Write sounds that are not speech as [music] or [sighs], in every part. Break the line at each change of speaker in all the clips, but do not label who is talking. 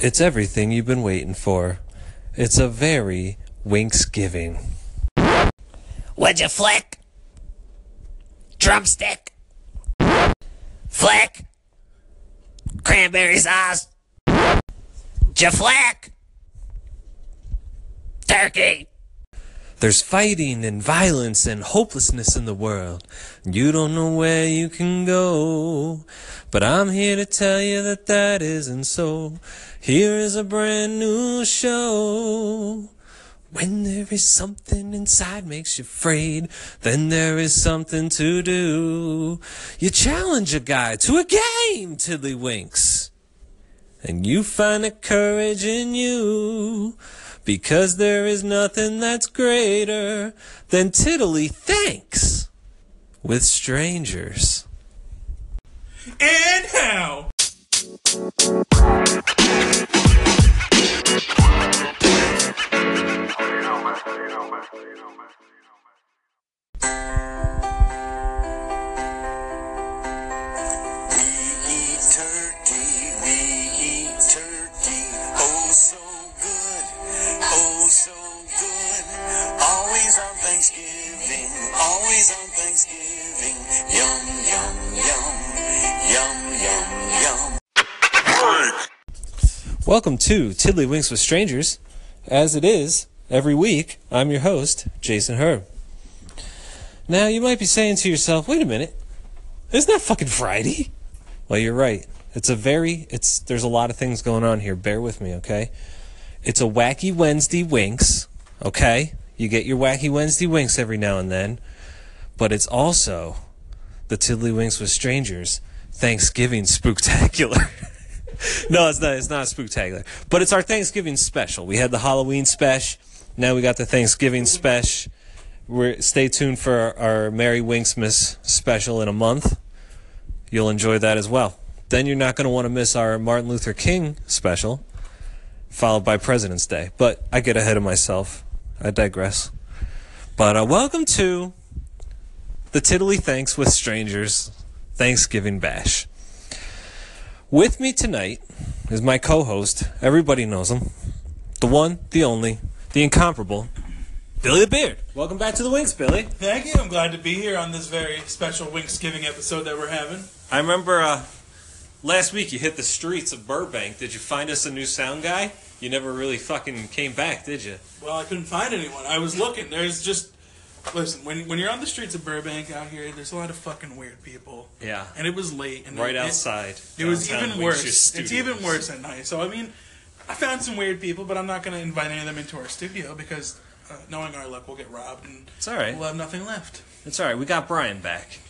It's everything you've been waiting for. It's a very Winksgiving.
Would you flick? Drumstick. Flick. Cranberry sauce. Ja flick. Turkey.
There's fighting and violence and hopelessness in the world. You don't know where you can go. But I'm here to tell you that that isn't so. Here is a brand new show. When there is something inside makes you afraid, then there is something to do. You challenge a guy to a game, Tiddlywinks. And you find the courage in you. Because there is nothing that's greater than tiddly thanks with strangers.
And how?
We eat turkey, we eat turkey. Oh, so good, oh, so good. Always on Thanksgiving, always on Thanksgiving. Yum, yum, yum, yum, yum, yum.
Welcome to Tiddlywinks with Strangers. As it is, every week, I'm your host, Jason Herb. Now, you might be saying to yourself, wait a minute, isn't that fucking Friday? Well, you're right. It's a very, it's, there's a lot of things going on here. Bear with me, okay? It's a wacky Wednesday winks, okay? You get your wacky Wednesday winks every now and then, but it's also the Tiddlywinks with Strangers Thanksgiving Spooktacular. [laughs] no, it's not. It's not spooktacular, but it's our Thanksgiving special. We had the Halloween special. Now we got the Thanksgiving special. We're stay tuned for our, our Merry Winksmas special in a month. You'll enjoy that as well. Then you're not going to want to miss our Martin Luther King special, followed by President's Day. But I get ahead of myself. I digress. But uh, welcome to the Tiddly Thanks with Strangers Thanksgiving Bash. With me tonight is my co host. Everybody knows him. The one, the only, the incomparable, Billy the Beard. Welcome back to the Wings, Billy.
Thank you. I'm glad to be here on this very special Winksgiving episode that we're having.
I remember uh, last week you hit the streets of Burbank. Did you find us a new sound guy? You never really fucking came back, did you?
Well, I couldn't find anyone. I was looking. There's just listen when when you're on the streets of Burbank out here. There's a lot of fucking weird people.
Yeah.
And it was late. And
Right
it-
outside.
It was
downtown
even
Wings
worse.
Studios.
It's even worse at night. So I mean, I found some weird people, but I'm not going to invite any of them into our studio because uh, knowing our luck, we'll get robbed and
It's all right.
we'll have nothing left.
It's all right. We got Brian back.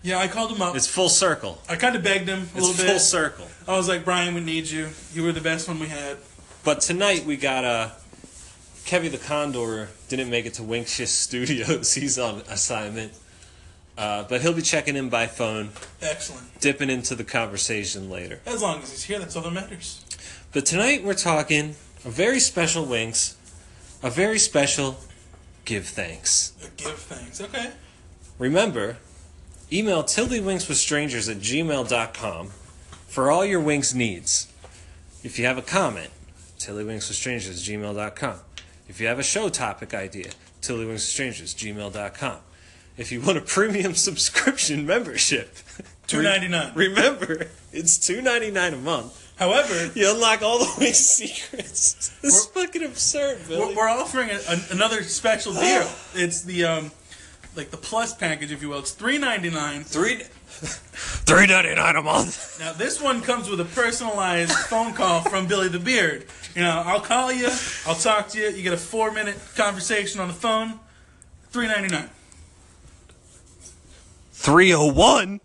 Yeah, I called him up.
It's full circle.
I kind of begged him a
It's
little
full
bit.
circle.
I was like, Brian, we need you. You were the best one we had.
But tonight we got uh, Kevy the Condor didn't make it to Winkshift [laughs] Studios. He's on assignment. Uh, but he'll be checking in by phone,
Excellent.
dipping into the conversation later.
As long as he's here, that's all that matters.
But tonight we're talking a very special Winks, a very special give thanks.
Uh, Give thanks. Okay.
Remember, email tiddlywinkswithstrangers at gmail.com for all your winks needs. If you have a comment, tiddlywinkswithstrangers at gmail.com. If you have a show topic idea, tiddlywinkswithstrangers at gmail.com. If you want a premium [laughs] subscription membership,
Two ninety nine.
remember, it's two ninety nine a month.
However,
You unlock all the Winks [laughs] secrets. This is fucking absurd,
we're,
Billy.
we're offering a, an another [gasps] special deal. It's the um, like the plus package, if you will. It's three ninety nine.
Three, [laughs] three ninety nine a month.
Now this one comes with a [laughs] personalized phone call from Billy the Beard. You know, I'll call you. I'll talk to you. You get a four minute conversation on the phone. Three ninety nine.
Three oh one.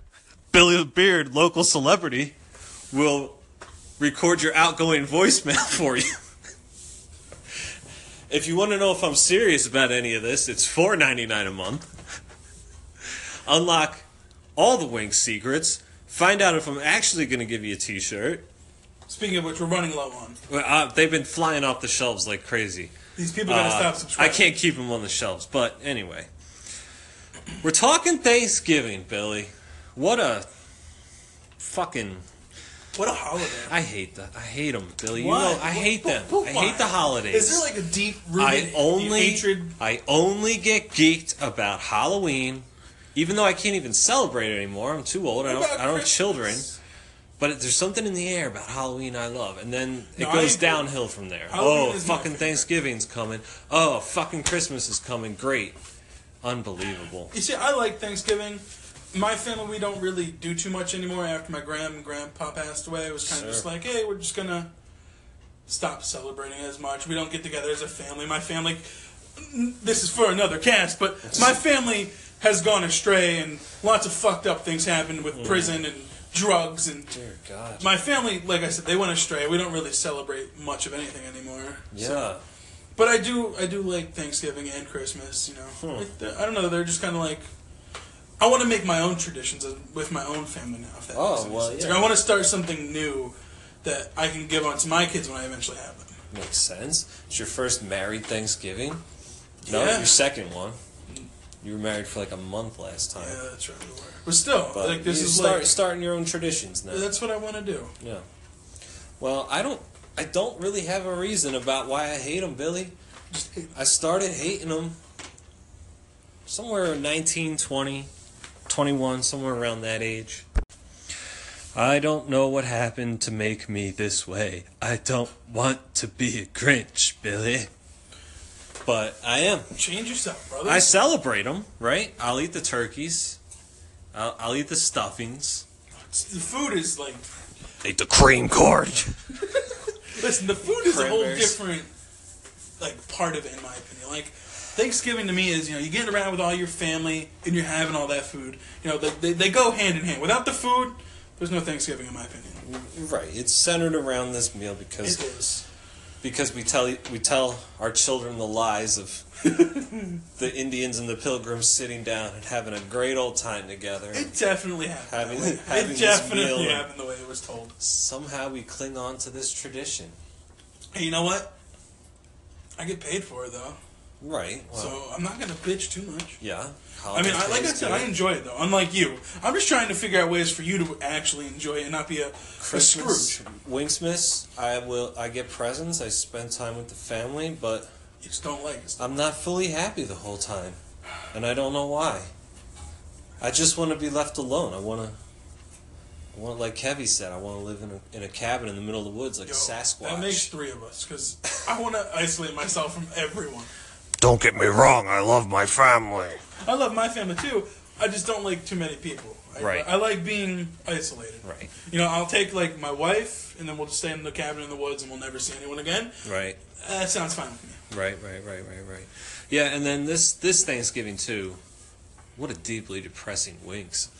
Billy the Beard, local celebrity, will record your outgoing voicemail [laughs] for you. if you want to know if I'm serious about any of this, it's four ninety nine a month. Unlock all the Winks secrets. Find out if I'm actually going to give you a T-shirt.
Speaking of which, we're running low on
Well, uh, they've been flying off the shelves like crazy.
these people. Gotta
Uh,
stop
I
subscribing.
can't keep them on the shelves, but anyway. We're talking Thanksgiving, Billy. What a fucking
What a holiday.
I hate that. I hate them, Billy.
Why?
You know, I hate them.
Why?
I hate the holidays.
Is there like a deep
I
rooted
only
hatred?
I only get geeked about Halloween, even though I can't even celebrate it anymore. I'm too old. I don't.
About
I don't have
Christmas?
children. But there's something in the air about Halloween I love, and then it
No, I
goes
agree.
downhill from there.
Halloween
oh,
is my
fucking
favorite.
Thanksgiving's coming. Oh, fucking Christmas is coming. Great, unbelievable.
You see, I like Thanksgiving. My family, we don't really do too much anymore after my grand and grandpa passed away. It was kind
Sure.
of just like, hey, we're just gonna stop celebrating as much. We don't get together as a family. My family, this is for another cast, but
[laughs]
my family has gone astray and lots of fucked up things happened
Mm-hmm.
with prison and drugs and
Dear God.
my family like i said they went astray we don't really celebrate much of anything anymore
Yeah.
But I do, I do like Thanksgiving and Christmas. You
Hmm.
know, Like, they're- I don't know. They're just kind of like, I want to make my own traditions with my own family now. If that
Oh,
makes any
well,
sense.
yeah.
Like, I want to start something new that I can give on to my kids when I eventually have them.
Makes sense. It's your first married Thanksgiving. No,
Yeah.
your second one. You were married for like a month last time.
Yeah, that's right. we were. But still,
But
like this
you
is
start
like
starting your own traditions now.
that's what I want to do.
Yeah. Well, I don't. I don't really have a reason about why I hate them, Billy.
Just hate-
I started hating them somewhere 19, 20, 21, somewhere around that age. I don't know what happened to make me this way. I don't want to be a Grinch, Billy. But I am.
Change yourself, brother.
I celebrate them, right? I'll eat the turkeys. I'll, I'll eat the stuffings.
the food is like
Eat the cream corn.
listen. The food is a whole
Cranberries.
different like part of it, in my opinion. Like. Thanksgiving to me is, you know, you get around with all your family and you're having all that food. You know, they, they, they go hand in hand. Without the food, there's no Thanksgiving, in my opinion.
Right. It's centered around this meal
It
because
is.
because we tell we tell our children the lies
[laughs]
of the Indians and the Pilgrims sitting down and having a great old time together.
It definitely happened.
Having-
that way.
having
it
this meal
definitely
and-
happened the way it was told.
Somehow we cling on to this tradition.
And you know what? I get paid for it though,
Right. Well,
so I'm not gonna bitch too much.
yeah.
I mean, I, like I
Holidays
said,
do
I
it.
enjoy it though. Unlike you, I'm just trying to figure out ways for you to actually enjoy it and not be a, a
Christmas,
Scrooge.
Winksmas, I will. I get presents. I spend time with the family, but
You just don't like it.
I'm not fully happy the whole time, and I don't know why. I just want to be left alone. I want to. I want, like Kevy said, I want to live in a, in a cabin in the middle of the woods, like
Yo,
a Sasquatch.
That makes three of us because I want to isolate myself from everyone.
Don't get me wrong, I love my family.
I love my family too. I just don't like too many people. I,
Right.
I like being isolated.
Right.
You know, I'll take like my wife, and then we'll just stay in the cabin in the woods, and we'll never see anyone again.
Right,
Uh, that sounds fine with me.
right, right, right, right, right. Yeah, and then this this Thanksgiving too. What a deeply depressing Winks. [laughs]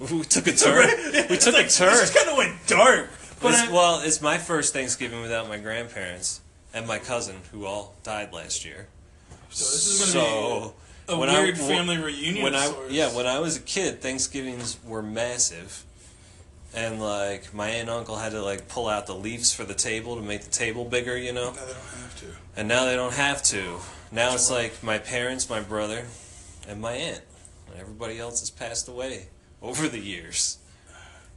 We
[laughs]
took a turn. We took a turn.
This kind of went dark. But
It's-
I-
well, it's my first Thanksgiving without my grandparents and my cousin, who all died last year.
so this is going to
so
be a
when I-
weird
wh-
family reunion.
when
of
I
sorts.
yeah, when I was a kid, Thanksgivings were massive, and like my aunt and uncle had to like pull out the leaves for the table to make the table bigger, you know.
no, they don't have to.
And now they don't have to. Now it's like my parents, my brother, and my aunt, and everybody else has passed away over the years.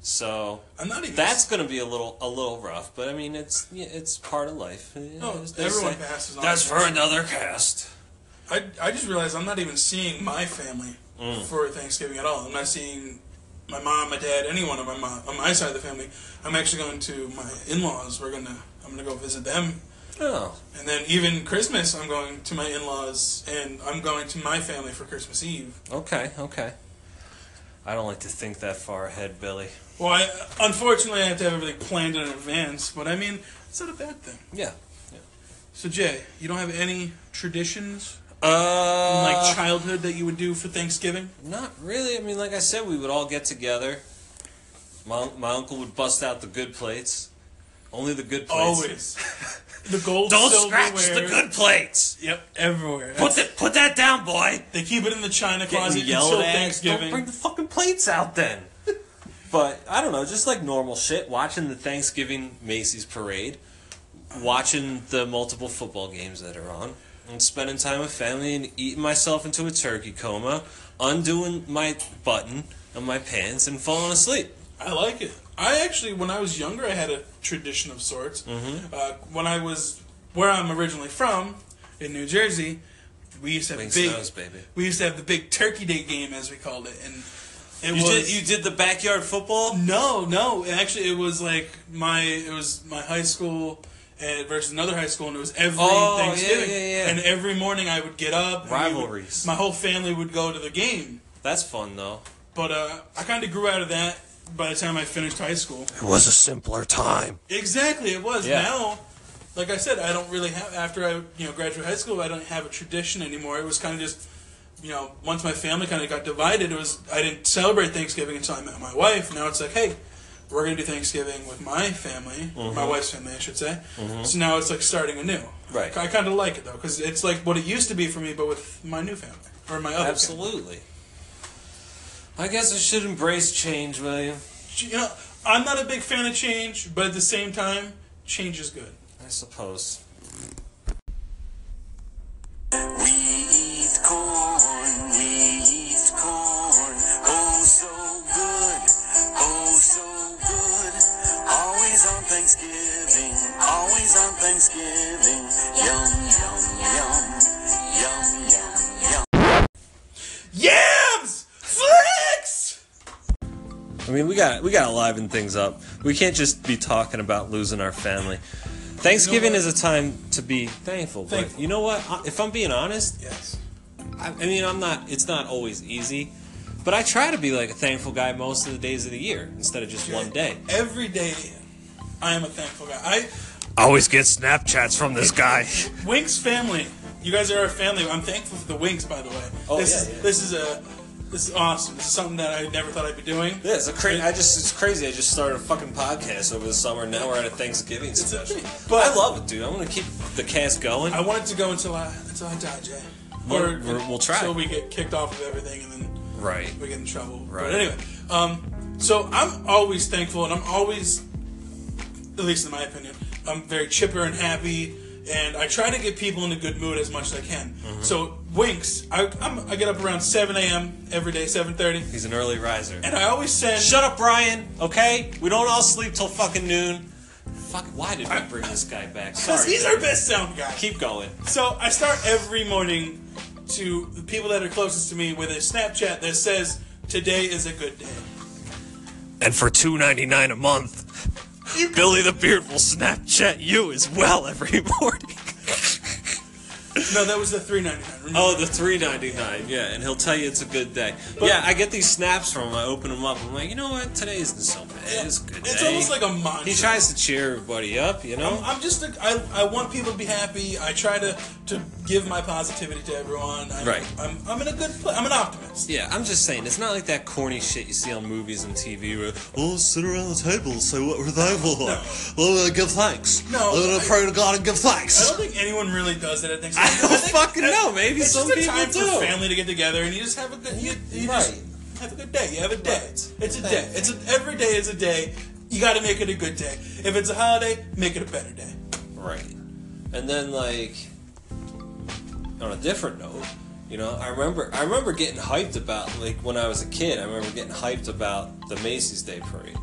So
I'm not even.
that's going to be a little a little rough, but I mean it's yeah, it's part of life.
no.
They
oh, Everyone
say,
passes on.
That's for another cast.
I I just realized I'm not even seeing my family
Mm.
for Thanksgiving at all. I'm not seeing my mom, my dad, anyone on my mom, on my side of the family. I'm actually going to my in-laws. We're gonna I'm gonna go visit them,
Oh,
and then even Christmas I'm going to my in-laws, and I'm going to my family for Christmas Eve.
Okay, okay. I don't like to think that far ahead, Billy.
Well, I, unfortunately I have to have everything planned in advance, but I mean it's not a bad thing.
Yeah.
So Jay, you don't have any traditions
Uh,
like childhood that you would do for Thanksgiving?
not really. I mean, like I said, we would all get together. My, my uncle would bust out the good plates. Only the good plates.
Always. The gold
Don't
silverware.
scratch the good plates.
Yep, everywhere.
Put that put that down, boy.
They keep it in the china
Getting
closet
yelled
until
at. Don't
Thanksgiving.
bring the fucking plates out then. [laughs] but I don't know, just like normal shit. Watching the Thanksgiving Macy's parade, watching the multiple football games that are on, and spending time with family and eating myself into a turkey coma, undoing my button on my pants and falling asleep.
I like it. I actually, when I was younger, I had a tradition of sorts.
Mm-hmm.
Uh, when I was where I'm originally from, in New Jersey, we used to have
Wings
a big,
knows, baby.
we used to have the big Turkey Day game, as we called it, and it
You
was
did, you did the backyard football?
no, no. Actually, it was like my it was my high school uh, versus another high school, and it was every
Oh, yeah,
Thanksgiving.
yeah, yeah.
And every morning I would get up. and we would-
Rivalries.
my whole family would go to the game,
That's fun, though.
but uh, I kind of grew out of that by the time I finished high school.
It was a simpler time.
Exactly, it was
Yeah.
now. Like I said, I don't really have after I you know graduated high school, I don't have a tradition anymore. It was kind of just you know once my family kind of got divided, it was I didn't celebrate Thanksgiving until I met my wife. Now it's like, hey, we're gonna do Thanksgiving with my family, my
Mm-hmm.
wife's family, I should say. So now it's like starting anew.
Right.
I kind of like it though because it's like what it used to be for me, but with my new family or my other. family.
Absolutely. I guess I should embrace change, William.
You know, I'm not a big fan of change, but at the same time, change is good.
I suppose.
We eat corn, we eat corn. Oh, so good, oh, so good. Always on Thanksgiving, always on Thanksgiving. Yum, yum, yum, yum, yum, yum.
Yams, flicks.
I mean, we got we got to liven things up. We can't just be talking about losing our family. Thanksgiving
You know
is a time to be thankful, but
Thankful.
you know what? I- If I'm being honest,
Yes.
I, I mean, I'm not. It's not always easy, but I try to be like a thankful guy most of the days of the year instead of just one day.
Every day, I am a thankful guy. I
I always get Snapchats from this guy.
Winks family. You guys are our family. I'm thankful for the Winks, by the way.
Oh,
this
yeah,
is,
yeah.
This is a this is awesome. This is something that I never thought I'd be doing.
[laughs] Yeah, it's a cra- I just it's crazy. I just started a fucking podcast over the summer. and Now we're at a Thanksgiving
a [laughs]
special.
thing.
But I love it, dude. I'm gonna keep the cast going.
I want it to go until I until I die, Jay.
Well, we're- we'll try.
Until we get kicked off of everything and then
Right.
we get in trouble.
Right.
But anyway, um, so I'm always thankful, and I'm always, at least in my opinion, I'm very chipper and happy, and I try to get people in a good mood as much as I can.
Mm-hmm.
So winks, I, I'm, I get up around 7 a.m. every day, 7:30,
He's an early riser.
and I always send.
Shut up, Brian. Okay, we don't all sleep till fucking noon. Fuck. Why did we bring this guy [laughs] back?
because
Sorry.
he's our best sound guy.
Keep going.
So I start every morning to the people that are closest to me with a Snapchat that says, "Today is a good day."
And for two ninety nine a month, Billy the Beard will Snapchat you as
[laughs]
well every morning.
No, that was the 3.99. Remember?
Oh, the three ninety nine. Yeah, and he'll tell you it's a good day. yeah, I get these snaps from him. I open them up. I'm like, you know what? Today isn't so bad. It's a good
It's
day.
almost like a mantra.
he tries to cheer everybody up. You know.
I'm just a, I, I want people to be happy. I try to, to give my positivity to everyone. I'm,
Right.
I'm, I'm in a good place. I'm an optimist.
Yeah, I'm just saying, it's not like that corny shit you see on movies and TV where, oh, sit around the table and say what we're thankful for.
No.
Well, uh, give thanks.
No,
I'm gonna
I-
pray to God and give
I
thanks.
don't think anyone really does that at
[laughs]
Thanksgiving.
I don't
think
fucking
that-
know. Maybe
it's
some
just a
people
time
do.
for family to get together and you just have a good you, you just
Right.
have a good day. You have a day.
Right.
It's a day. It's a, every day is a day. You got to make it a good day. If it's a holiday, make it a better day.
Right. And then like on a different note, you know, I remember I remember getting hyped about like when I was a kid, I remember getting hyped about the Macy's Day Parade.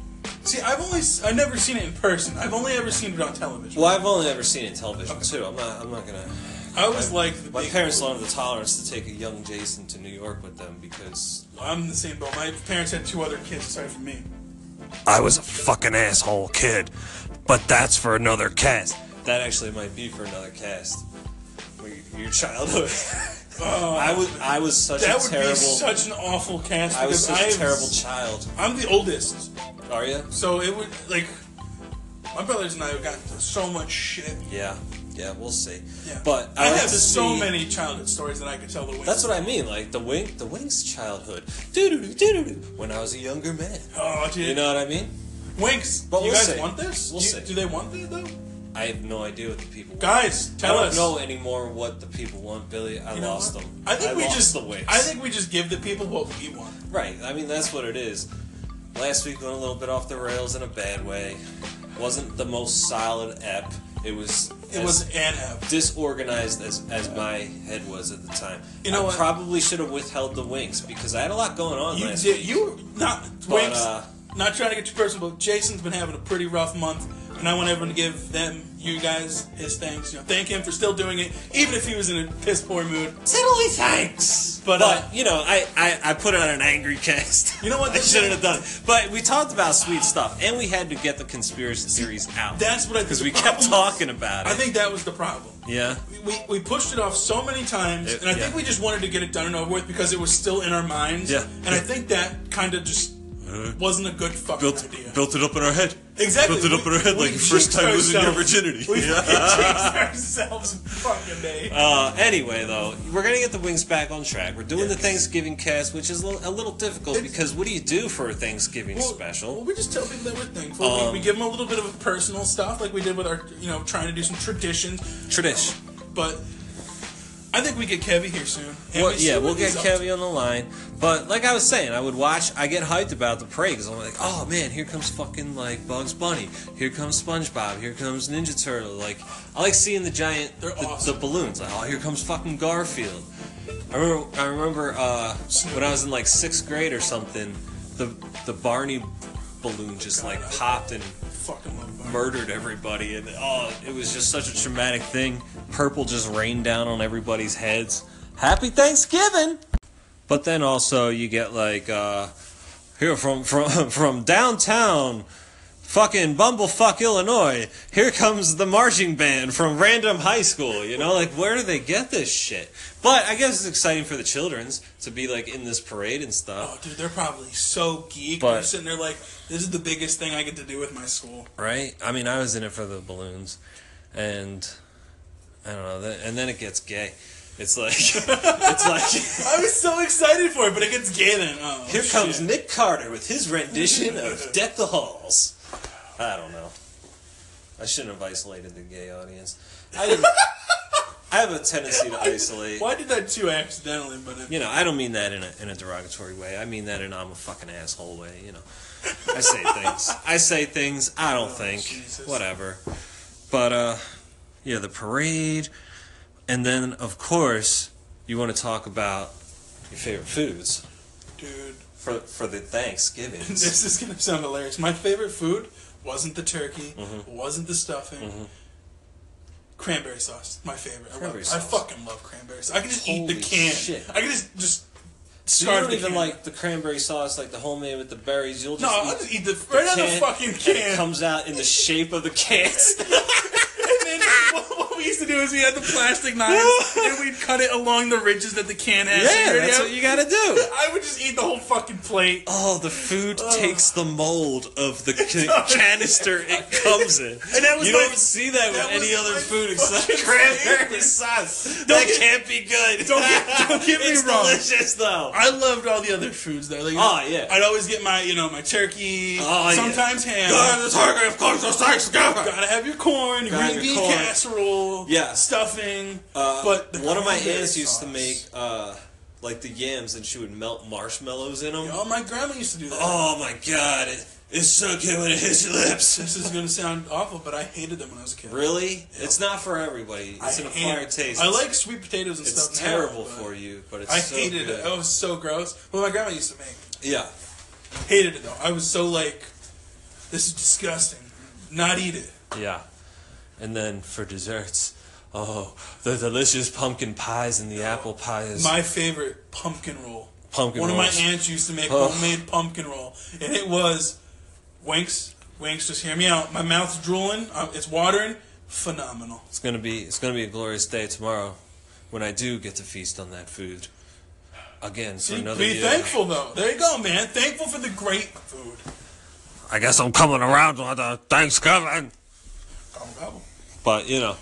See, I've only s- I've never seen it in person. I've only ever seen it on television.
Well, I've only ever seen it in television too. I'm not I'm not gonna
I always like the
my
big-
parents don't have the tolerance to take a young Jason to New York with them because
I'm the same boat. My parents had two other kids aside from me.
I was a fucking asshole kid, but that's for another cast.
that actually might be for another cast. Like, Your
[laughs]
childhood. I was I was such
Oh. That
a
would
terrible
be such an awful cast.
I was
because
such
I
a
have-
terrible child.
I'm the oldest,
Are you?
so it would like my brothers and I have gotten into so much shit.
Yeah, yeah, we'll see.
Yeah.
But
I,
I, like
have
to
so
see-
many childhood stories that I could tell the way.
That's what I mean, like the wing, the wings childhood. Doo-doo-doo, doo-doo-doo, When I was a younger man,
Oh, dude.
you know what I mean?
Winks.
But
do you
we'll
guys
see.
want this?
We'll
do, you-
see.
do they want that though?
I have no idea what the people. want.
Guys,
I
tell
don't
us.
know anymore what the people want, Billy. I
You know
lost
what?
them.
I think we
lost
just
the wings.
I think we just give the people what we want.
right. I mean, that's what it is. Last week went a little bit off the rails in a bad way. Wasn't the most solid ep. It was.
It
as
was an app.
disorganized as, as my head was at the time.
You know
I
what?
probably should have withheld the wings because I had a lot going on
You
last
did.
week.
You were not
But,
Winks.
uh,
not trying to get too personal, but Jason's been having a pretty rough month, and I want everyone to give them, you guys, his thanks. You know, thank him for still doing it, even if he was in a piss poor mood.
Tiddly thanks.
But, uh,
But you know, I, I, I put it on an angry cast.
You know what?
I shouldn't have done. it. But we talked about sweet stuff, and we had to get the conspiracy theories out
that's what I think
because
the
we
problem
kept
was.
talking about it.
I think that was the problem.
yeah.
we, we pushed it off so many times,
It-
and I think
yeah.
we just wanted to get it done and over with because it was still in our minds.
Yeah. Uh-huh.
And I think that kind of just wasn't a good fucking
Built,
idea.
built it up in our head.
exactly.
Built it up in our head
We-
like
we
your first time
jinxed
losing your
ourselves.
virginity.
We
Yeah.
jinxed ourselves fucking day.
Uh, [laughs] anyway, though, we're gonna get the wings back on track. We're doing the Thanksgiving cast, which is a little, a little difficult
It's-
because what do you do for a Thanksgiving
Well-
special?
Well, we just tell people that we're thankful. We-
Um,
we, give them a little bit of personal stuff, like we did with our, you know, trying to do some traditions.
Tradition.
But I think we get Kevy here soon. and
Well,
we see
yeah,
what
we'll get
he's up to.
Kevy on the line. But like I was saying, I would watch. I get hyped about the parade because I'm like, oh man, here comes fucking like Bugs Bunny. Here comes SpongeBob. Here comes Ninja Turtle. Like I like seeing the giant,
They're
the,
awesome.
the balloons. Like, oh, here comes fucking Garfield. I remember, I remember uh, when I was in like sixth grade or something, the the Barney balloon just like popped and
Fucking love Barney.
murdered everybody, and oh, it was just such a traumatic thing. Purple just rained down on everybody's heads. Happy Thanksgiving! But then also you get like uh, here from [laughs] from from downtown, fucking bumblefuck Illinois. Here comes the marching band from random high school. You know, like where do they get this shit? But I guess it's exciting for the childrens to be like in this parade and
Oh,
stuff,
dude, they're probably so geek.
But-
they're sitting there like, this is the biggest thing I get to do with my school. [laughs]
right? I mean, I was in it for the balloons, and I don't know. That, and then it gets gay. It's like [laughs] it's like
I was so excited for it, but it gets gay then. [laughs] Oh,
here comes
shit.
Nick Carter with his rendition of "Deck the Halls." I don't know. I shouldn't have isolated the gay audience. I, [laughs] didn't- I have a tendency to isolate.
Well, I did that too accidentally, but it,
You know, I don't mean that in a, in a derogatory way. I mean that in I'm a fucking asshole way. You know, I say things. I say things. I don't think.
Jesus.
Whatever. But uh, yeah, the parade, and then of course you want to talk about your favorite foods
dude,
for for the [laughs] Thanksgivings.
[laughs] this is gonna sound hilarious. My favorite food wasn't the turkey,
Mm-hmm.
wasn't the stuffing. Cranberry sauce, my favorite. I, love
Cranberry
it. I
sauce.
fucking love cranberry sauce. I can just eat the
Holy
can.
shit.
I can just just.
So you
scarf
don't
the
even
can.
like the cranberry sauce, like the homemade with the berries. You'll
No,
just
I'll
eat
just eat the right out of the fucking
and It
can.
comes out in the shape of the [laughs] cans.
[laughs] And then what, what we used to do is we had the
[laughs]
plastic knives and we'd cut it along the ridges that the can has.
yeah,
You're
that's
down-
what you gotta do.
I would just eat the whole fucking plate.
Oh, the food takes the mold of the ca- canister it comes in.
[laughs] And that was
you
my-
don't see that with
that
any
was
other
my [laughs]
food except
fucking
cranberry
favorite.
sauce. [laughs] that can't be good. [laughs]
Don't get- don't get me
it's
wrong.
delicious though.
I loved all the other foods there. Like,
Oh, yeah.
I'd always get my, you know, my turkey.
Oh, yeah.
sometimes ham.
God, the target of course was Thanksgiving.
Gotta have your corn, your
Gotta
green
have
bean
your corn.
casserole,
Yeah.
stuffing.
Uh,
but the
one of my
cranberry
aunts used to
sauce.
make uh, like the yams, and she would melt marshmallows in them.
Oh, my grandma used to do that.
Oh my god, it, it's so good when it hits your lips.
This is gonna sound awful, but I hated them when I was a kid.
Really? It's not for everybody. It's
I
an
hate-
acquired taste.
I like sweet potatoes and
It's
stuff. now,
terrible
but
for you, but it's
I
so
hated
good.
it. Oh. It was so gross. Well, my grandma used to make.
Yeah.
Hated it though. I was so like, this is disgusting. Not eat it.
Yeah. And then for desserts, oh, the delicious pumpkin pies and the apple pies.
My favorite pumpkin roll.
Pumpkin
One
rolls.
of my aunts used to make
Ugh.
homemade pumpkin roll, and it was, winks, winks. Just hear me out. My mouth's drooling. Um, it's watering. Phenomenal.
it's gonna be it's gonna be a glorious day tomorrow when I do get to feast on that food. Again, for
See,
another
be
year.
thankful though. There you go, man. Thankful for the great food.
I guess I'm coming around on the Thanksgiving.
Gobble, gobble.
But you know,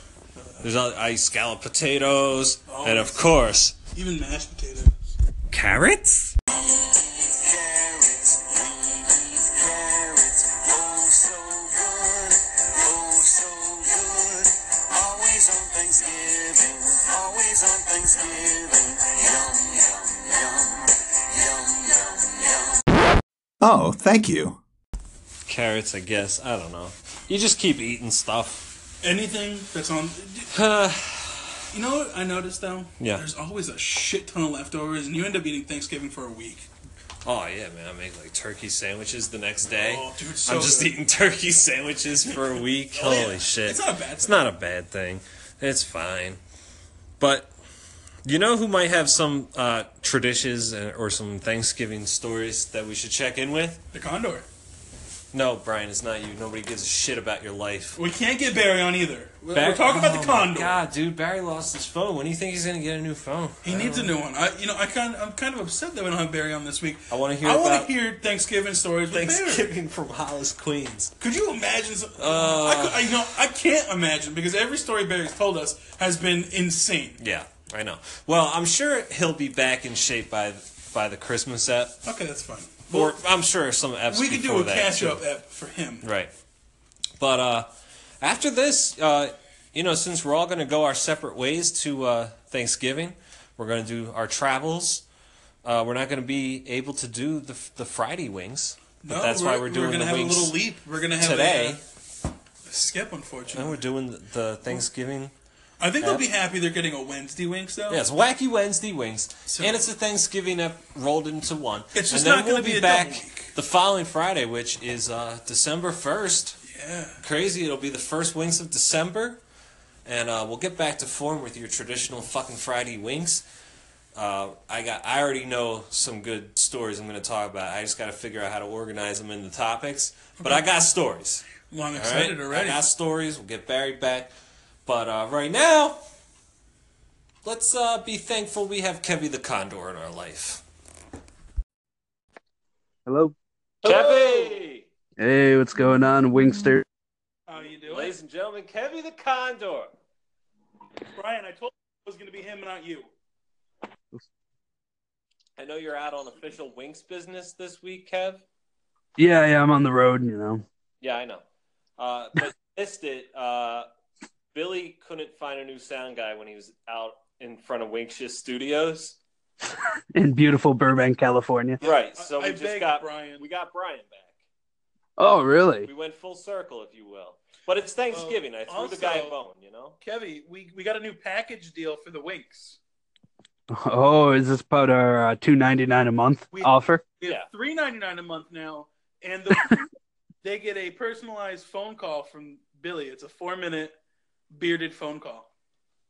there's other, I scallop potatoes,
Oh,
and of
it's-
course,
Even mashed potatoes.
Carrots?
Carrots, we eat carrots. Oh, so good. Oh, so good. Always on Thanksgiving. Always on Thanksgiving. Yum, yum, yum. Yum, yum, yum.
Oh, thank you.
carrots. I guess I don't know. You just keep eating stuff. [sighs] Oh,
Anything that's on. You know what I noticed though?
Yeah.
There's always a shit ton of leftovers, and you end up eating Thanksgiving for a week.
Oh yeah, man! I make like turkey sandwiches the next day.
Oh, dude, so
I'm just
good.
eating turkey sandwiches for a week.
Oh, yeah.
Holy shit!
It's not a bad
It's not a bad thing. It's fine. But you know who might have some uh, traditions and- or some Thanksgiving stories that we should check in with?
The Condor.
No, Brian, it's not you. Nobody gives a shit about your life.
We can't get Barry on either. We're
Barry-
talking about
Oh
the
my
Condor.
God, dude, Barry lost his phone. When do you think he's gonna get a new phone?
He needs a new one. I, you know, I kind, I'm kind of upset that we don't have Barry on this week.
Um, I wanna hear
I
about-
want to hear Thanksgiving stories. With Barry.
Thanksgiving from Hollis, Queens.
Could you imagine? Some,
Uh,
I, could, I you know I can't imagine because every story Barry's told us has been insane.
Yeah, I know. Well, I'm sure he'll be back in shape by by the Christmas app.
Okay, that's fine.
or I'm sure some eps.
we could do
before
a
that,
catch
too.
up app for him.
Right. But uh, after this, uh, you know, since we're all going to go our separate ways to uh, Thanksgiving, we're going to do our travels. Uh, we're not going to be able to do the, the Friday wings. But that's why we're doing
We're gonna
the
have
wings
a little leap. We're gonna have
today.
A, uh, skip,
and
unfortunately.
we're doing the, the Thanksgiving.
I think they'll be happy they're getting a Wednesday Winks though.
Yeah, it's Wacky Wednesday wings,
Oh. So-
and it's a Thanksgiving ep rolled into one.
It's just
and then
not
we'll
gonna be a
back
double week.
the following Friday, which is uh, December first.
Yeah.
crazy. It'll be the first wings of December, and uh, we'll get back to form with your traditional fucking Friday wings. Uh, I got. I already know some good stories I'm going to talk about. I just got to figure out how to organize them into topics. But I got stories.
Well, I'm
All right,
excited
I
already.
got stories. We'll get Barry back. But uh, right now, let's uh, be thankful we have Kevy the Condor in our life.
Hello.
Kevy,
Hey, what's going on, Wingster?
How you doing,
ladies and gentlemen, Kevy the Condor.
Brian? I told you it was gonna be him, not you.
I know you're out on official Winks business this week, Kev.
Yeah, yeah, I'm on the road, you know.
Yeah, I know. Uh, but [laughs] missed it. Uh, Billy couldn't find a new sound guy when he was out in front of Winkshius Studios.
In beautiful Burbank, California.
Right. So
I-
we
I
just
beg,
got
Brian.
we got Brian back.
Oh, really?
We went full circle, if you will. But it's Thanksgiving. I threw the guy a
also-
bone. You know.
Kevy, we, we got a new package deal for the Winks.
Oh, is this about our uh, two ninety nine a month
We-
offer?
We have
Yeah.
three ninety nine a month now, and the, they get a personalized phone call from Billy. It's a four minute bearded phone call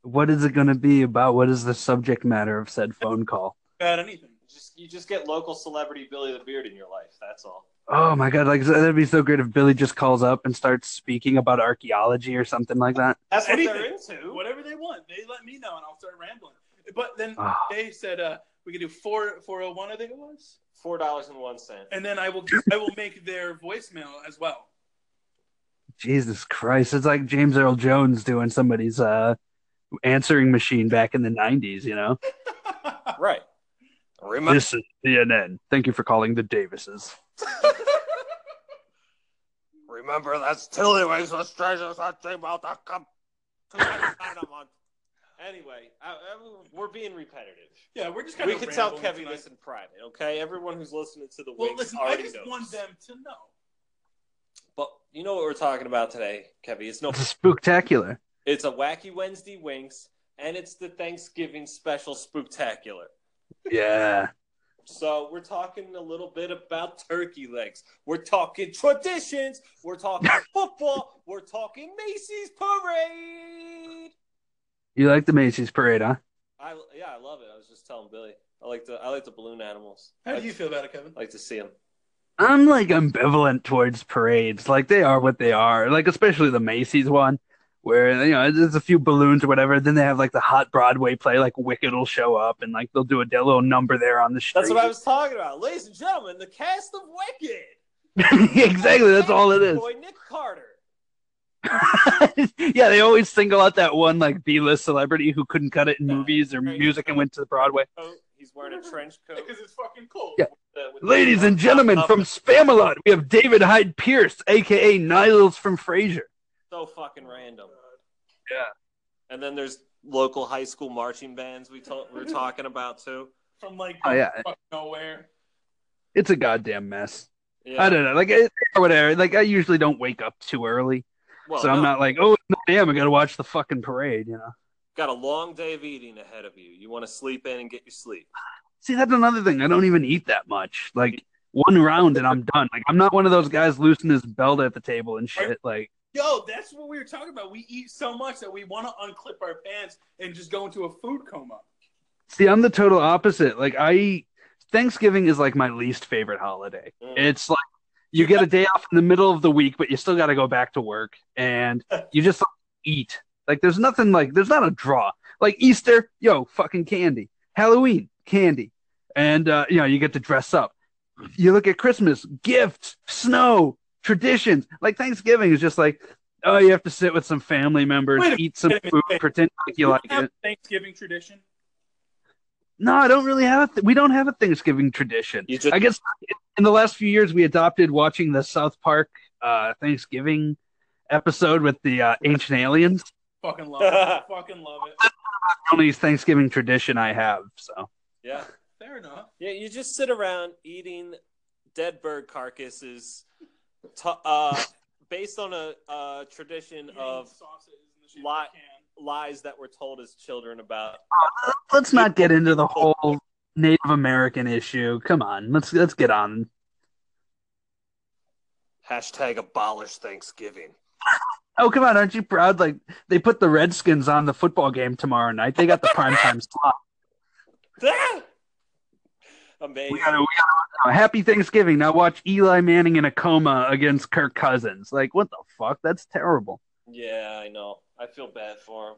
What is it going to be about? What is the subject matter of said phone call?
about anything.
Just you just get local celebrity Billy the Beard in your life. That's all.
Oh my god, like that'd be so great if Billy just calls up and starts speaking about archaeology or something like that.
That's what they're
Anything.
into.
Whatever they want, they let me know, and I'll start rambling. But then
Ah.
they said uh, we could do four four oh one. I think it was,
Four dollars and one cent.
and then I will I will make their voicemail as well.
Jesus Christ, it's like James Earl Jones doing somebody's uh answering machine back in the 90s, you know.
Right.
Remember,
This is CNN. Thank you for calling the Davises.
remember that's Tillywings with treasures at gmail.com.
[laughs]
Anyway, I, I- we're being repetitive.
Yeah, we're just kind
We
of
can tell Kevin
Kevin
this in private, okay? Everyone who's listening to the
Well,
Winks
listen, I
already
just
knows.
want them to know.
But you know what we're talking about today, Kevin? It's no, [laughs]
It's [laughs] spooktacular.
it's a wacky Wednesday Winks, and it's the Thanksgiving special spooktacular.
Yeah.
So we're talking a little bit about turkey legs. We're talking traditions. We're
[laughs]
talking football. We're talking Macy's parade.
You like the Macy's parade, huh?
I yeah, I love it. I was just telling Billy. I like the I like the balloon animals.
How
I
do you feel about it, Kevin?
like to see them.
I'm like ambivalent towards parades. Like they are what they are. Like especially the Macy's one, where you know there's a few balloons or whatever. Then they have like the hot Broadway play. Like Wicked will show up and like they'll do a little number there on the street.
That's what I was talking about, ladies and gentlemen. The cast of Wicked.
[laughs] exactly. That's all
[laughs]
it is.
Boy, Nick Carter.
yeah, they always single out that one like B-list celebrity who couldn't cut it in movies or
Right.
music and went to the Broadway.
Coat. Oh, He's wearing [laughs] a trench coat.
Because it's fucking cold.
Yeah.
uh, with-
Ladies and gentlemen,
Up- up-
from Spamalot, we have David Hyde Pierce, aka Niles from Frasier.
so fucking random.
Oh, Yeah.
And then there's local high school marching bands we to- we're talking about too.
From like
Oh yeah,
fucking nowhere.
it's a goddamn mess.
Yeah.
I don't know, like it, or whatever. Like I usually don't wake up too early,
Well,
so I'm
no,
not like, oh damn, I gotta watch the fucking parade, you know.
got a long day of eating ahead of you. You want to sleep in and get your sleep.
See, that's another thing. I don't even eat that much. Like one round and I'm done. Like I'm not one of those guys loosening his belt at the table and shit. Like
Yo, that's what we were talking about. We eat so much that we want to unclip our pants and just go into a food coma.
See, I'm the total opposite. Like I Thanksgiving is like my least favorite holiday.
Mm.
It's like you get a day off in the middle of the week, but you still got to go back to work and you just like, eat. Like there's nothing like there's not a draw. Like Easter, yo, fucking candy. Halloween, candy. And uh, you know, you get to dress up. You look at Christmas, gifts, snow, traditions. Like Thanksgiving is just like oh, you have to sit with some family members,
Wait a-
eat some
wait a minute,
food,
wait.
pretend like you like
We have
it.
a Thanksgiving tradition.
No, I don't really have. A th- we don't have a Thanksgiving tradition.
You just
I guess in the last few years we adopted watching the South Park uh, Thanksgiving episode with the uh, ancient aliens.
Fucking love it. Fucking love it.
Only Thanksgiving tradition I have. So
yeah
Fair enough.
yeah you just sit around eating dead bird carcasses, t- uh, based on a, a tradition of
sauces and the shit
lot-
they can.
lies that we're told as children about
let's not get into the whole Native American issue. Come on, let's let's get on.
Hashtag abolish Thanksgiving.
Oh come on, aren't you proud? Like they put the Redskins on the football game tomorrow night. They got the primetime
[laughs]
slot.
amazing.
We gotta, we gotta, uh, happy Thanksgiving. Now watch Eli Manning in a coma against Kirk Cousins. Like what the fuck? That's terrible.
yeah, I know. I feel bad for him.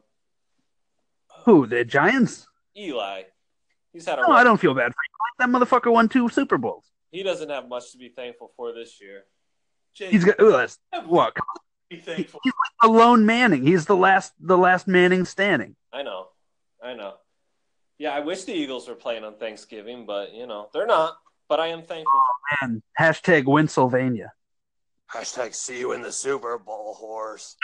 Who the Giants?
Eli, he's had a
No, I don't feel bad for you. That motherfucker won two Super Bowls.
he doesn't have much to be thankful for this year.
Jake,
He's got ooh, that's, what?
be
He's
thankful.
like the lone Manning. He's the last, the last Manning standing.
I know, I know. Yeah, I wish the Eagles were playing on Thanksgiving, but you know they're not. But I am thankful.
Man, hashtag Winsylvania.
Hashtag see you in the Super Bowl, horse.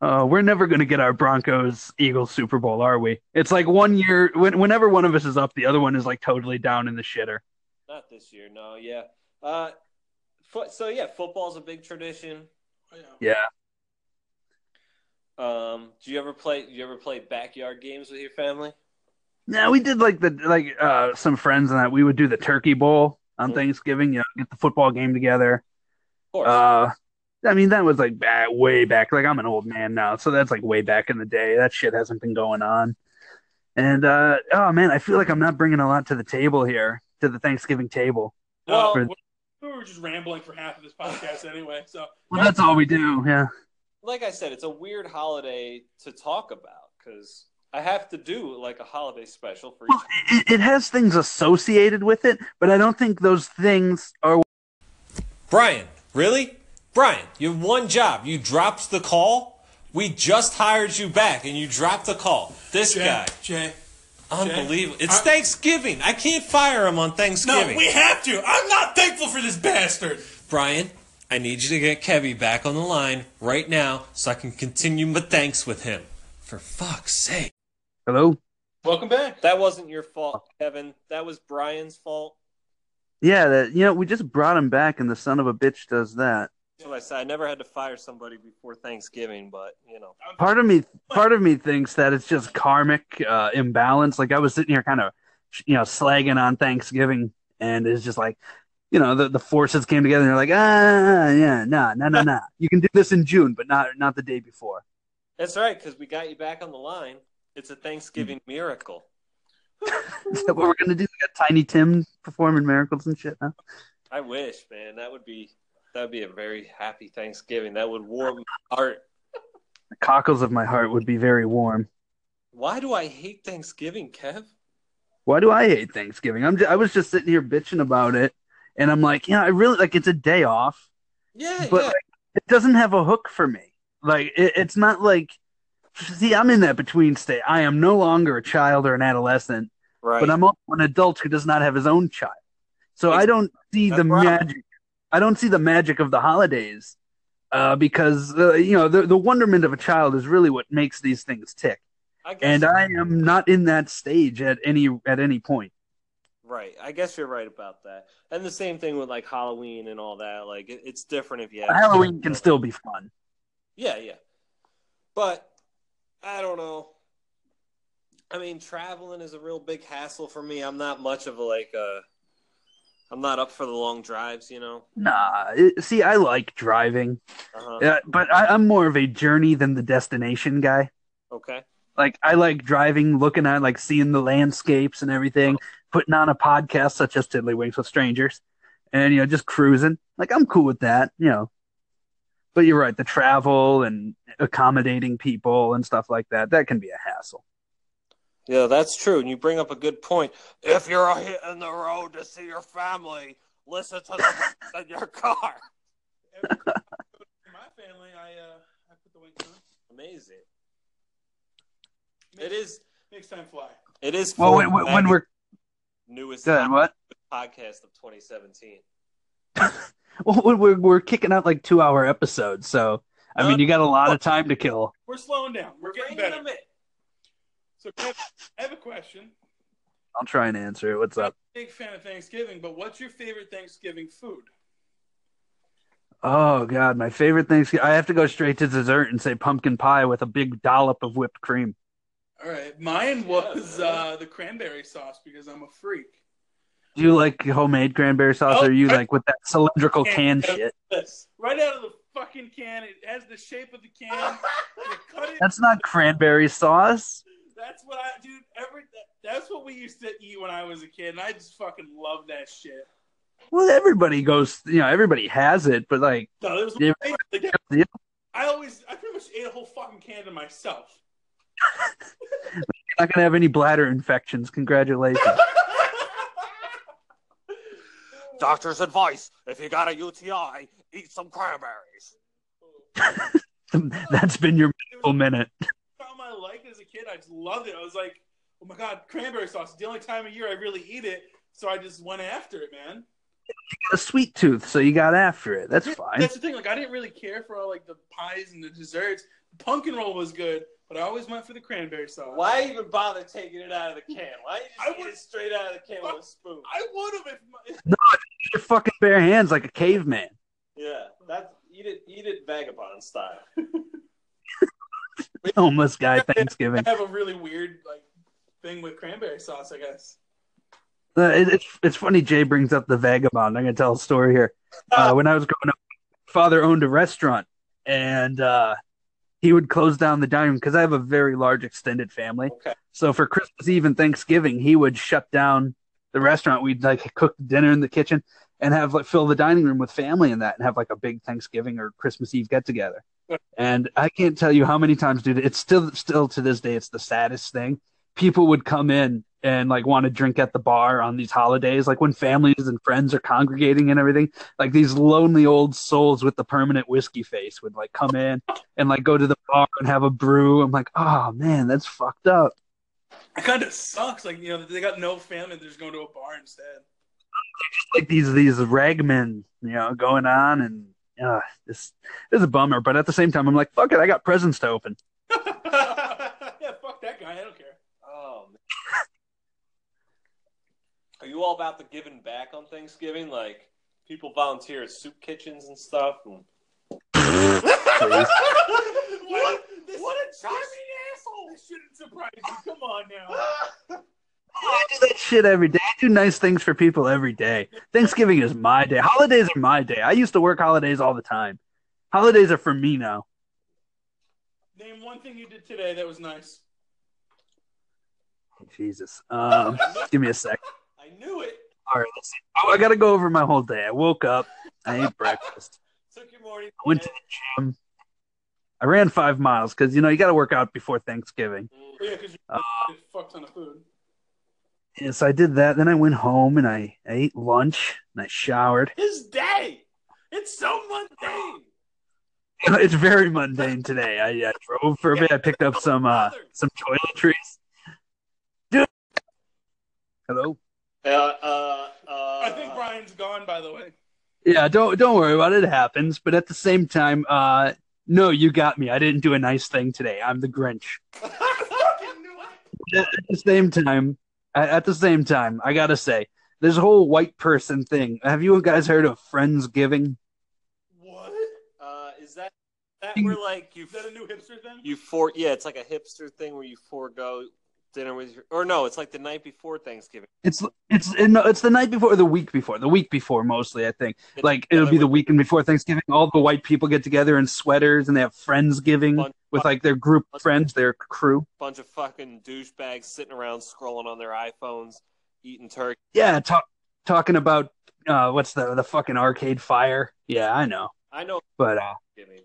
Uh, we're never gonna get our Broncos Eagles Super Bowl, are we? It's like one year. When, whenever one of us is up, the other one is like totally down in the shitter.
Not this year. No. Yeah. Uh, fo- so yeah, football's a big tradition.
Oh, yeah.
Yeah.
Um, do you ever play? You ever play backyard games with your family?
No, we did like the like uh some friends and that we would do the turkey bowl on
Mhm.
Thanksgiving, you know, get the football game together.
Of course.
Uh I mean that was like ba way back. Like I'm an old man now, so that's like way back in the day. That shit hasn't been going on. And uh oh man, I feel like I'm not bringing a lot to the table here, to the Thanksgiving table.
well,
for-
We were just rambling for half of this podcast anyway, so
Well, that's all we do. Yeah.
like I said, it's a weird holiday to talk about because I have to do like a holiday special for each.
Well, it, it has things associated with it, but I don't think those things are
Brian, really? Brian, you have one job. You dropped the call. We just hired you back, and you dropped the call. This
Jay,
guy,
Jay.
unbelievable. It's
I-
Thanksgiving. I can't fire him on
No,
Thanksgiving.
we have to. I'm not thankful for this bastard.
Brian, I need you to get Kevy back on the line right now, so I can continue my thanks with him. For fuck's sake.
Hello?
Welcome back.
That wasn't your fault, Kevin. That was Brian's fault.
Yeah, that you know, we just brought him back and the son of a bitch does that.
That's what I said. I never had to fire somebody before Thanksgiving, but you know,
part of me part of me thinks that it's just karmic uh, imbalance like i was sitting here kind of you know slagging on thanksgiving and it's just like you know the, the forces came together and they're like ah yeah no no no no you can do this in june but not not the day before [laughs]
that's right because we got you back on the line. It's a Thanksgiving miracle.
Is that what we're gonna do we got tiny tim performing miracles and shit now
I wish, man. That would be that would be a very happy Thanksgiving. That would warm my heart.
the cockles of my heart would be very warm
Why do I hate Thanksgiving, Kev?
why do I hate Thanksgiving? I'm j- I was just sitting here bitching about it, and I'm like, you know, I really like it's a day off,
Yeah,
but
yeah.
like, it doesn't have a hook for me. Like it, it's not like see, I'm in that between state. I am no longer a child or an adolescent,
right.
but I'm also an adult who does not have his own child. So I don't see
That's
the
where I'm at.
magic. I don't see the magic of the holidays, uh, because uh, you know the the wonderment of a child is really what makes these things tick.
I guess
And I am not in that stage at any at any point.
Right. I guess you're right about that. And the same thing with like Halloween and all that. Like it, it's different if you have
Halloween can still be fun.
Yeah, yeah. But I don't know.
I mean, traveling is a real big hassle for me. I'm not much of a like uh I'm not up for the long drives, you know.
Nah, it- see, I like driving,
Uh-huh.
uh, but I, I'm more of a journey than the destination guy.
Okay.
Like, I like driving, looking at, like, seeing the landscapes and everything, putting on a podcast such as Tiddlywinks with Strangers, and, you know, just cruising. Like, I'm cool with that, you know. But you're right, the travel and accommodating people and stuff like that, that can be a hassle.
Yeah, that's true. And you bring up a good point.
If you're hitting the road to see your family, listen to the [laughs] in your car.
my family, I uh, I put the wings on.
Amazing. It is
Makes time fly.
it is
Well,
Fort
when, when- when
Maggie's
we're
newest
good, what? [laughs]
podcast of 2017.
Well, when we're, we're kicking out like two hour episodes, so I
No,
mean, you got a lot of time to kill.
We're slowing down. We're getting
Bringing them
better.
in.
So Kev, I have a question.
I'll try and answer it. What's up?
Big fan of Thanksgiving, but what's your favorite Thanksgiving food?
Oh God, my favorite things. I have to go straight to dessert and say pumpkin pie with a big dollop of whipped cream.
All right, mine was uh, the cranberry sauce because I'm a freak.
Do you like homemade cranberry sauce, or are you like with that cylindrical can shit?
This right out of the fucking can. It has the shape of the can. You cut it.
That's not cranberry sauce.
That's what I, dude. Every that's what we used to eat when I was a kid, and I just fucking love that shit.
Well, everybody goes, you know, everybody has it, but like,
No, there was
Yeah.
like,
Yeah.
I always, I pretty much ate a whole fucking can to myself. [laughs]
you're not gonna have any bladder infections. Congratulations. [laughs]
Doctor's advice: if you got a UTI, eat some cranberries.
That's been your medical minute.
Something I liked as a kid, I just loved it. I was like, oh my god, cranberry sauce. It's the only time of year I really eat it, so I just went after it, man.
A sweet tooth, so you got after it. That's fine.
That's the thing. Like, I didn't really care for all like the pies and the desserts. The pumpkin roll was good, but I always went for the cranberry sauce.
Why even bother taking it out of the can? Why you just
I
eat
would-
it straight out of the can with a spoon?
I would have if, my, if
Your fucking bare hands like a caveman. [laughs]
Yeah, that's eat it, eat it vagabond
[laughs]
style.
Homeless guy Thanksgiving.
I have a really weird like thing with cranberry sauce. I guess.
Uh, it, it's it's funny. Jay brings up the vagabond. I'm gonna tell a story here. Uh, when I was growing up, my father owned a restaurant, and uh, he would close down the dining room because I have a very large extended family.
Okay.
So for Christmas Eve and Thanksgiving, he would shut down the restaurant. We'd like cook dinner in the kitchen and have like fill the dining room with family and that, and have like a big Thanksgiving or Christmas Eve get together. And I can't tell you how many times, dude. It's still still to this day, it's the saddest thing people would come in and like want to drink at the bar on these holidays like when families and friends are congregating and everything like these lonely old souls with the permanent whiskey face would like come in and like go to the bar and have a brew i'm like oh man that's fucked up
It kind of sucks. Like you know, they got no family. They're just going to a bar instead.
like these these ragmen you know going on and uh, this, this is a bummer but at the same time i'm like fuck it i got presents to open
[laughs] yeah, fuck that guy. I don't care.
Oh, man. Are you all about the giving back on Thanksgiving? Like people volunteer at soup kitchens and stuff. and-
what? This,
what a charming
asshole! This shouldn't surprise you. Come on now.
Oh, I do that shit every day. I do nice things for people every day. Thanksgiving is my day. Holidays are my day. I used to work holidays all the time. Holidays are for me now.
Name one thing you did today that was nice.
Jesus.
[laughs]
Um, give me a sec.
I knew it.
All right, let's see. Oh, I gotta go over my whole day. I woke up. I ate breakfast.
Took your morning.
I went to the gym. I ran five miles because you know you gotta work out before Thanksgiving.
Oh, Yeah, because you
Uh,
did a fuck ton of food.
And so I did that. Then I went home and I, I ate lunch and I showered.
His day. It's so mundane.
[laughs] it's very mundane today. I uh, drove for a bit. I picked up some uh, some toiletries. Dude. Hello.
Uh, uh, uh,
I think Brian's gone, by the way.
Yeah, don't don't worry about it. It happens. But at the same time, uh, no, you got me. I didn't do a nice thing today. I'm the Grinch. at the same time, at, at the same time, I gotta say, this whole white person thing. Have you guys heard of friendsgiving?
What?
uh, is that that where like you
Is that a new hipster thing?
you for yeah? It's like a hipster thing where you forego dinner with your, or no, it's like the night before Thanksgiving.
It's it's no, it's the night before or the week before. The week before mostly, I think.
Get
Like
together
it'll be the
with-
weekend before Thanksgiving. All the white people get together in sweaters and they have friendsgiving
Bunch-
with like their group of friends, their crew.
bunch of fucking douchebags sitting around scrolling on their iPhones, eating turkey.
Yeah, talk, talking about uh what's the the fucking arcade fire. Yeah, I know.
I know
But uh
Thanksgiving.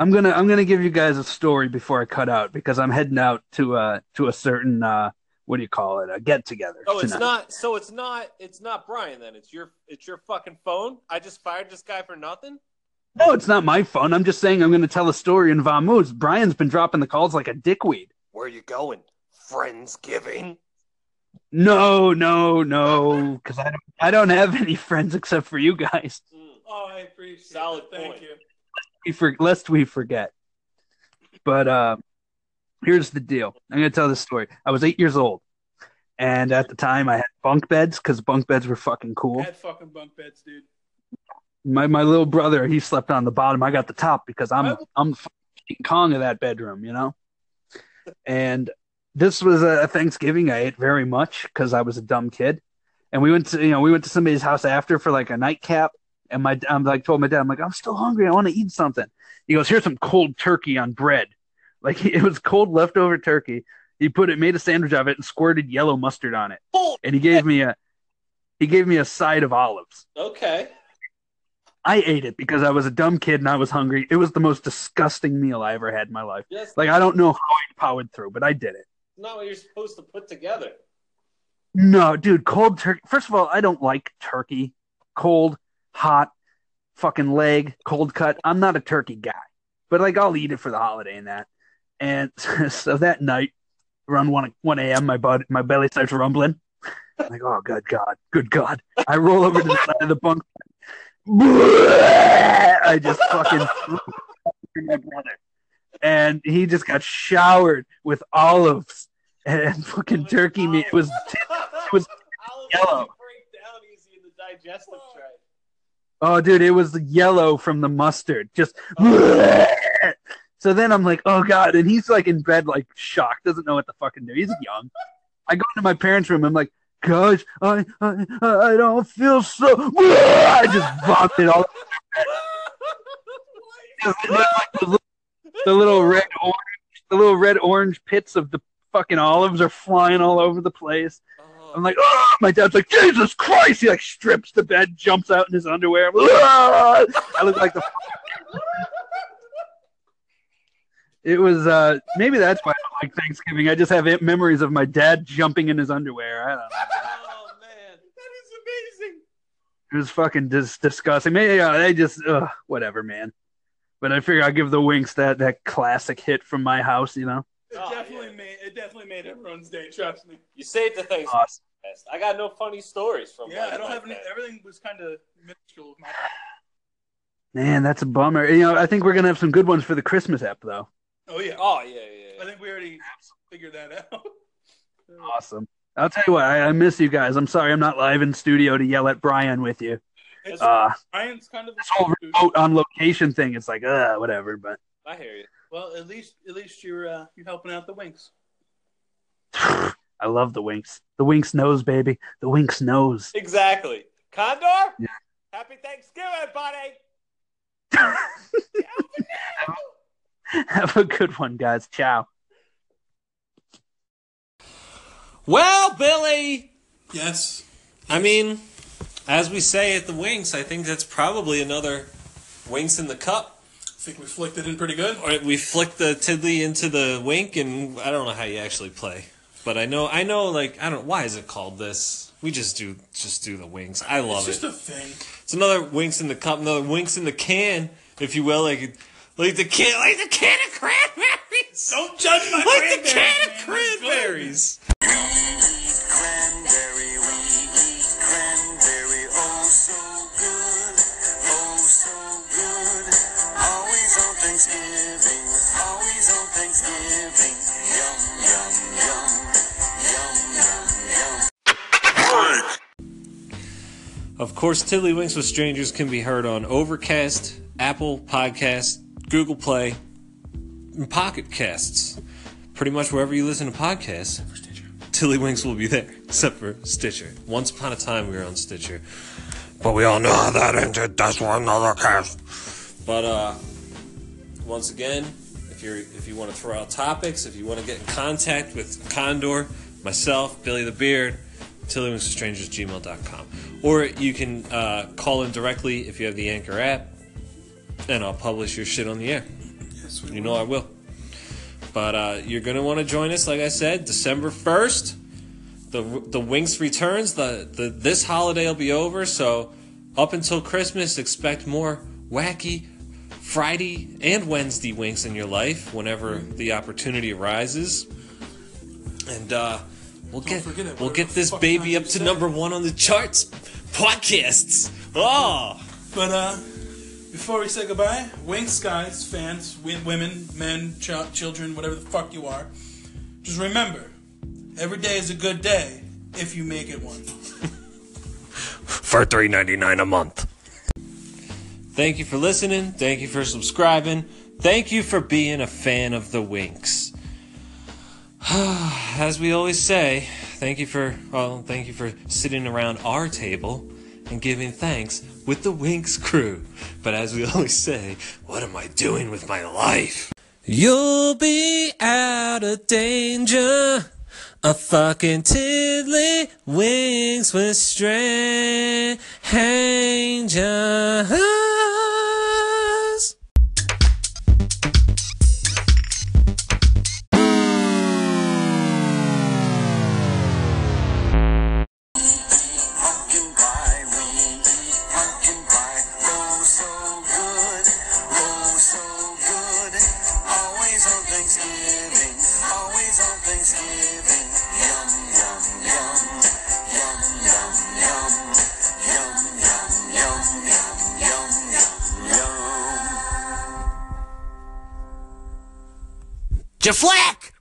I'm gonna I'm gonna give you guys a story before I cut out because I'm heading out to uh to a certain uh what do you call it? A get together.
Oh, it's not. So it's not. It's not Brian. Then it's your. It's your fucking phone. I just fired this guy for nothing.
No, it's not my phone. I'm just saying I'm gonna tell a story in Vamoose. Brian's been dropping the calls like a dickweed.
Where you going? Friendsgiving.
No, no, no, because I don't I don't have any friends except for you guys.
Mm.
Oh, I appreciate.
Solid
it. Thank
point.
you.
We for, lest we forget. But uh, here's the deal. I'm gonna tell this story. I was eight years old, and at the time I had bunk beds because bunk beds were fucking cool.
Had fucking bunk beds, dude.
My my little brother, he slept on the bottom. I got the top because I'm
I-
I'm King Kong of that bedroom, you know. And this was a Thanksgiving. I ate very much because I was a dumb kid. And we went to you know we went to somebody's house after for like a nightcap. And my I'm like told my dad I'm like I'm still hungry. I want to eat something. He goes here's some cold turkey on bread. Like [laughs] it was cold leftover turkey. He put it made a sandwich of it and squirted yellow mustard on it. And he gave me a he gave me a side of olives.
Okay.
I ate it because I was a dumb kid and I was hungry. It was the most disgusting meal I ever had in my life.
Yes.
Like I don't know how I powered through, but I did it.
not what you're supposed to put together.
No, dude, cold turkey. First of all, I don't like turkey. Cold, hot, fucking leg, cold cut. I'm not a turkey guy. But like I'll eat it for the holiday and that. And [laughs] so that night, around one one AM my bud my belly starts rumbling. I'm like, oh good God, good God. I roll over to the side of the bunk. I just fucking threw it at my brother. And he just got showered with olives and fucking turkey meat. It was
[laughs]
was
Olives
yellow.
break down easy in the digestive tract.
[laughs]
Oh, dude, it was yellow from the mustard. Just. [laughs] So then I'm like, oh, God. And he's like in bed, like shocked, doesn't know what to fucking do. He's young. I go into my parents' room. I'm like, gosh, I, I, I don't feel so. [laughs] I just vomited all the little, the little red orange, the little red orange pits of the fucking olives are flying all over the place. I'm like, oh, my dad's like, Jesus Christ! He like strips the bed, jumps out in his underwear. Ah! I look like the. [laughs] It was uh maybe that's why I don't like Thanksgiving. I just have it- memories of my dad jumping in his underwear. I don't know.
Oh man, that is amazing.
It was fucking dis- disgusting. Maybe uh, they just ugh, whatever, man. But I figure I'll give the Winks that that classic hit from my house. You know,
It
Oh,
definitely
yeah.
made it definitely made everyone's day. Trust me.
You saved the Thanksgiving
awesome.
fest. I got no funny stories from.
yeah,
like
I don't
like
have any,
that.
everything was kind of minuscule. with My,
man, that's a bummer. You know, I think we're gonna have some good ones for the Christmas app though.
oh yeah,
Oh yeah, yeah. yeah.
I think we already figured that out. [laughs]
Awesome. I'll tell you what, I, I miss you guys. I'm sorry I'm not live in studio to yell at Brian with you.
It's,
Uh,
Ryan's kind of
this whole remote on location thing, it's like, uh, whatever. But
I hear you.
well. At least at least you're uh, you're helping out the Winks.
I love the Winks. The Winks knows, baby. The Winks knows. [laughs]
Exactly. Condor.
Yeah.
Happy Thanksgiving, buddy.
have a good one, guys. Ciao.
Well, Billy!
Yes.
I mean, as we say at the Winks, I think that's probably another Winks in the Cup.
I think we flicked it in pretty good.
Or we flick the tiddly into the wink, and I don't know how you actually play. But I know, I know, like, I don't, why is it called this? We just do, just do the Winks. I love
It's
it.
just a thing.
It's another winks in the cup, another winks in the can, if you will, like like the can, like the can of cranberries,
Don't judge my
like the
cranberries,
can of
man. They're good.
cranberries.
Cranberry, we eat cranberry, oh so good, oh so good. Always on Thanksgiving, always on Thanksgiving. Yum, yum, yum, yum, yum, yum.
Of course, Tiddly Winks with Strangers can be heard on Overcast, Apple Podcast, Google Play, and Pocket Casts.
pretty much wherever you listen to podcasts, Tiddlywinks will be there, except for Stitcher. Once upon a time, we were on Stitcher. But we all know how that ended. That's for another cast. But, uh, once again, if you're if you want to throw out topics, if you want to get in contact with Condor, myself, Billy the Beard, TillyWinksStrangers@gmail.com, or you can uh, call in directly if you have the Anchor app, and I'll publish your shit on the air.
Yes, we
You know I will. But uh, you're gonna want to join us, like I said, December first. The the Winks returns. The, the this holiday will be over, so up until Christmas, expect more wacky Friday and Wednesday Winks in your life whenever
Mm.
the opportunity arises. And uh, we'll get
forget it,
we'll
whatever
get
the
this
fuck
baby
time
up
you
to
said.
number one on the charts, podcasts. Oh,
But uh, before we say goodbye, Winks guys, fans, wi- women, men, ch- children, whatever the fuck you are, just remember, every day is a good day if you make it one.
For three ninety nine a month.
Thank you for listening. Thank you for subscribing. Thank you for being a fan of the Winks. [sighs] As we always say, thank you for well, thank you for sitting around our table and giving thanks with the Winks crew. But as we [laughs] always say, what am I doing with my life? You'll be out of danger. A fucking tiddly winks with strangers.
Pumpkin pie, we eat pumpkin pie. Oh, so good, oh, so good. Always on Thanksgiving, always on Thanksgiving. Yum, yum, yum, yum, yum, yum, yum, yum, yum, yum, yum, yum, yum.
Jaflack!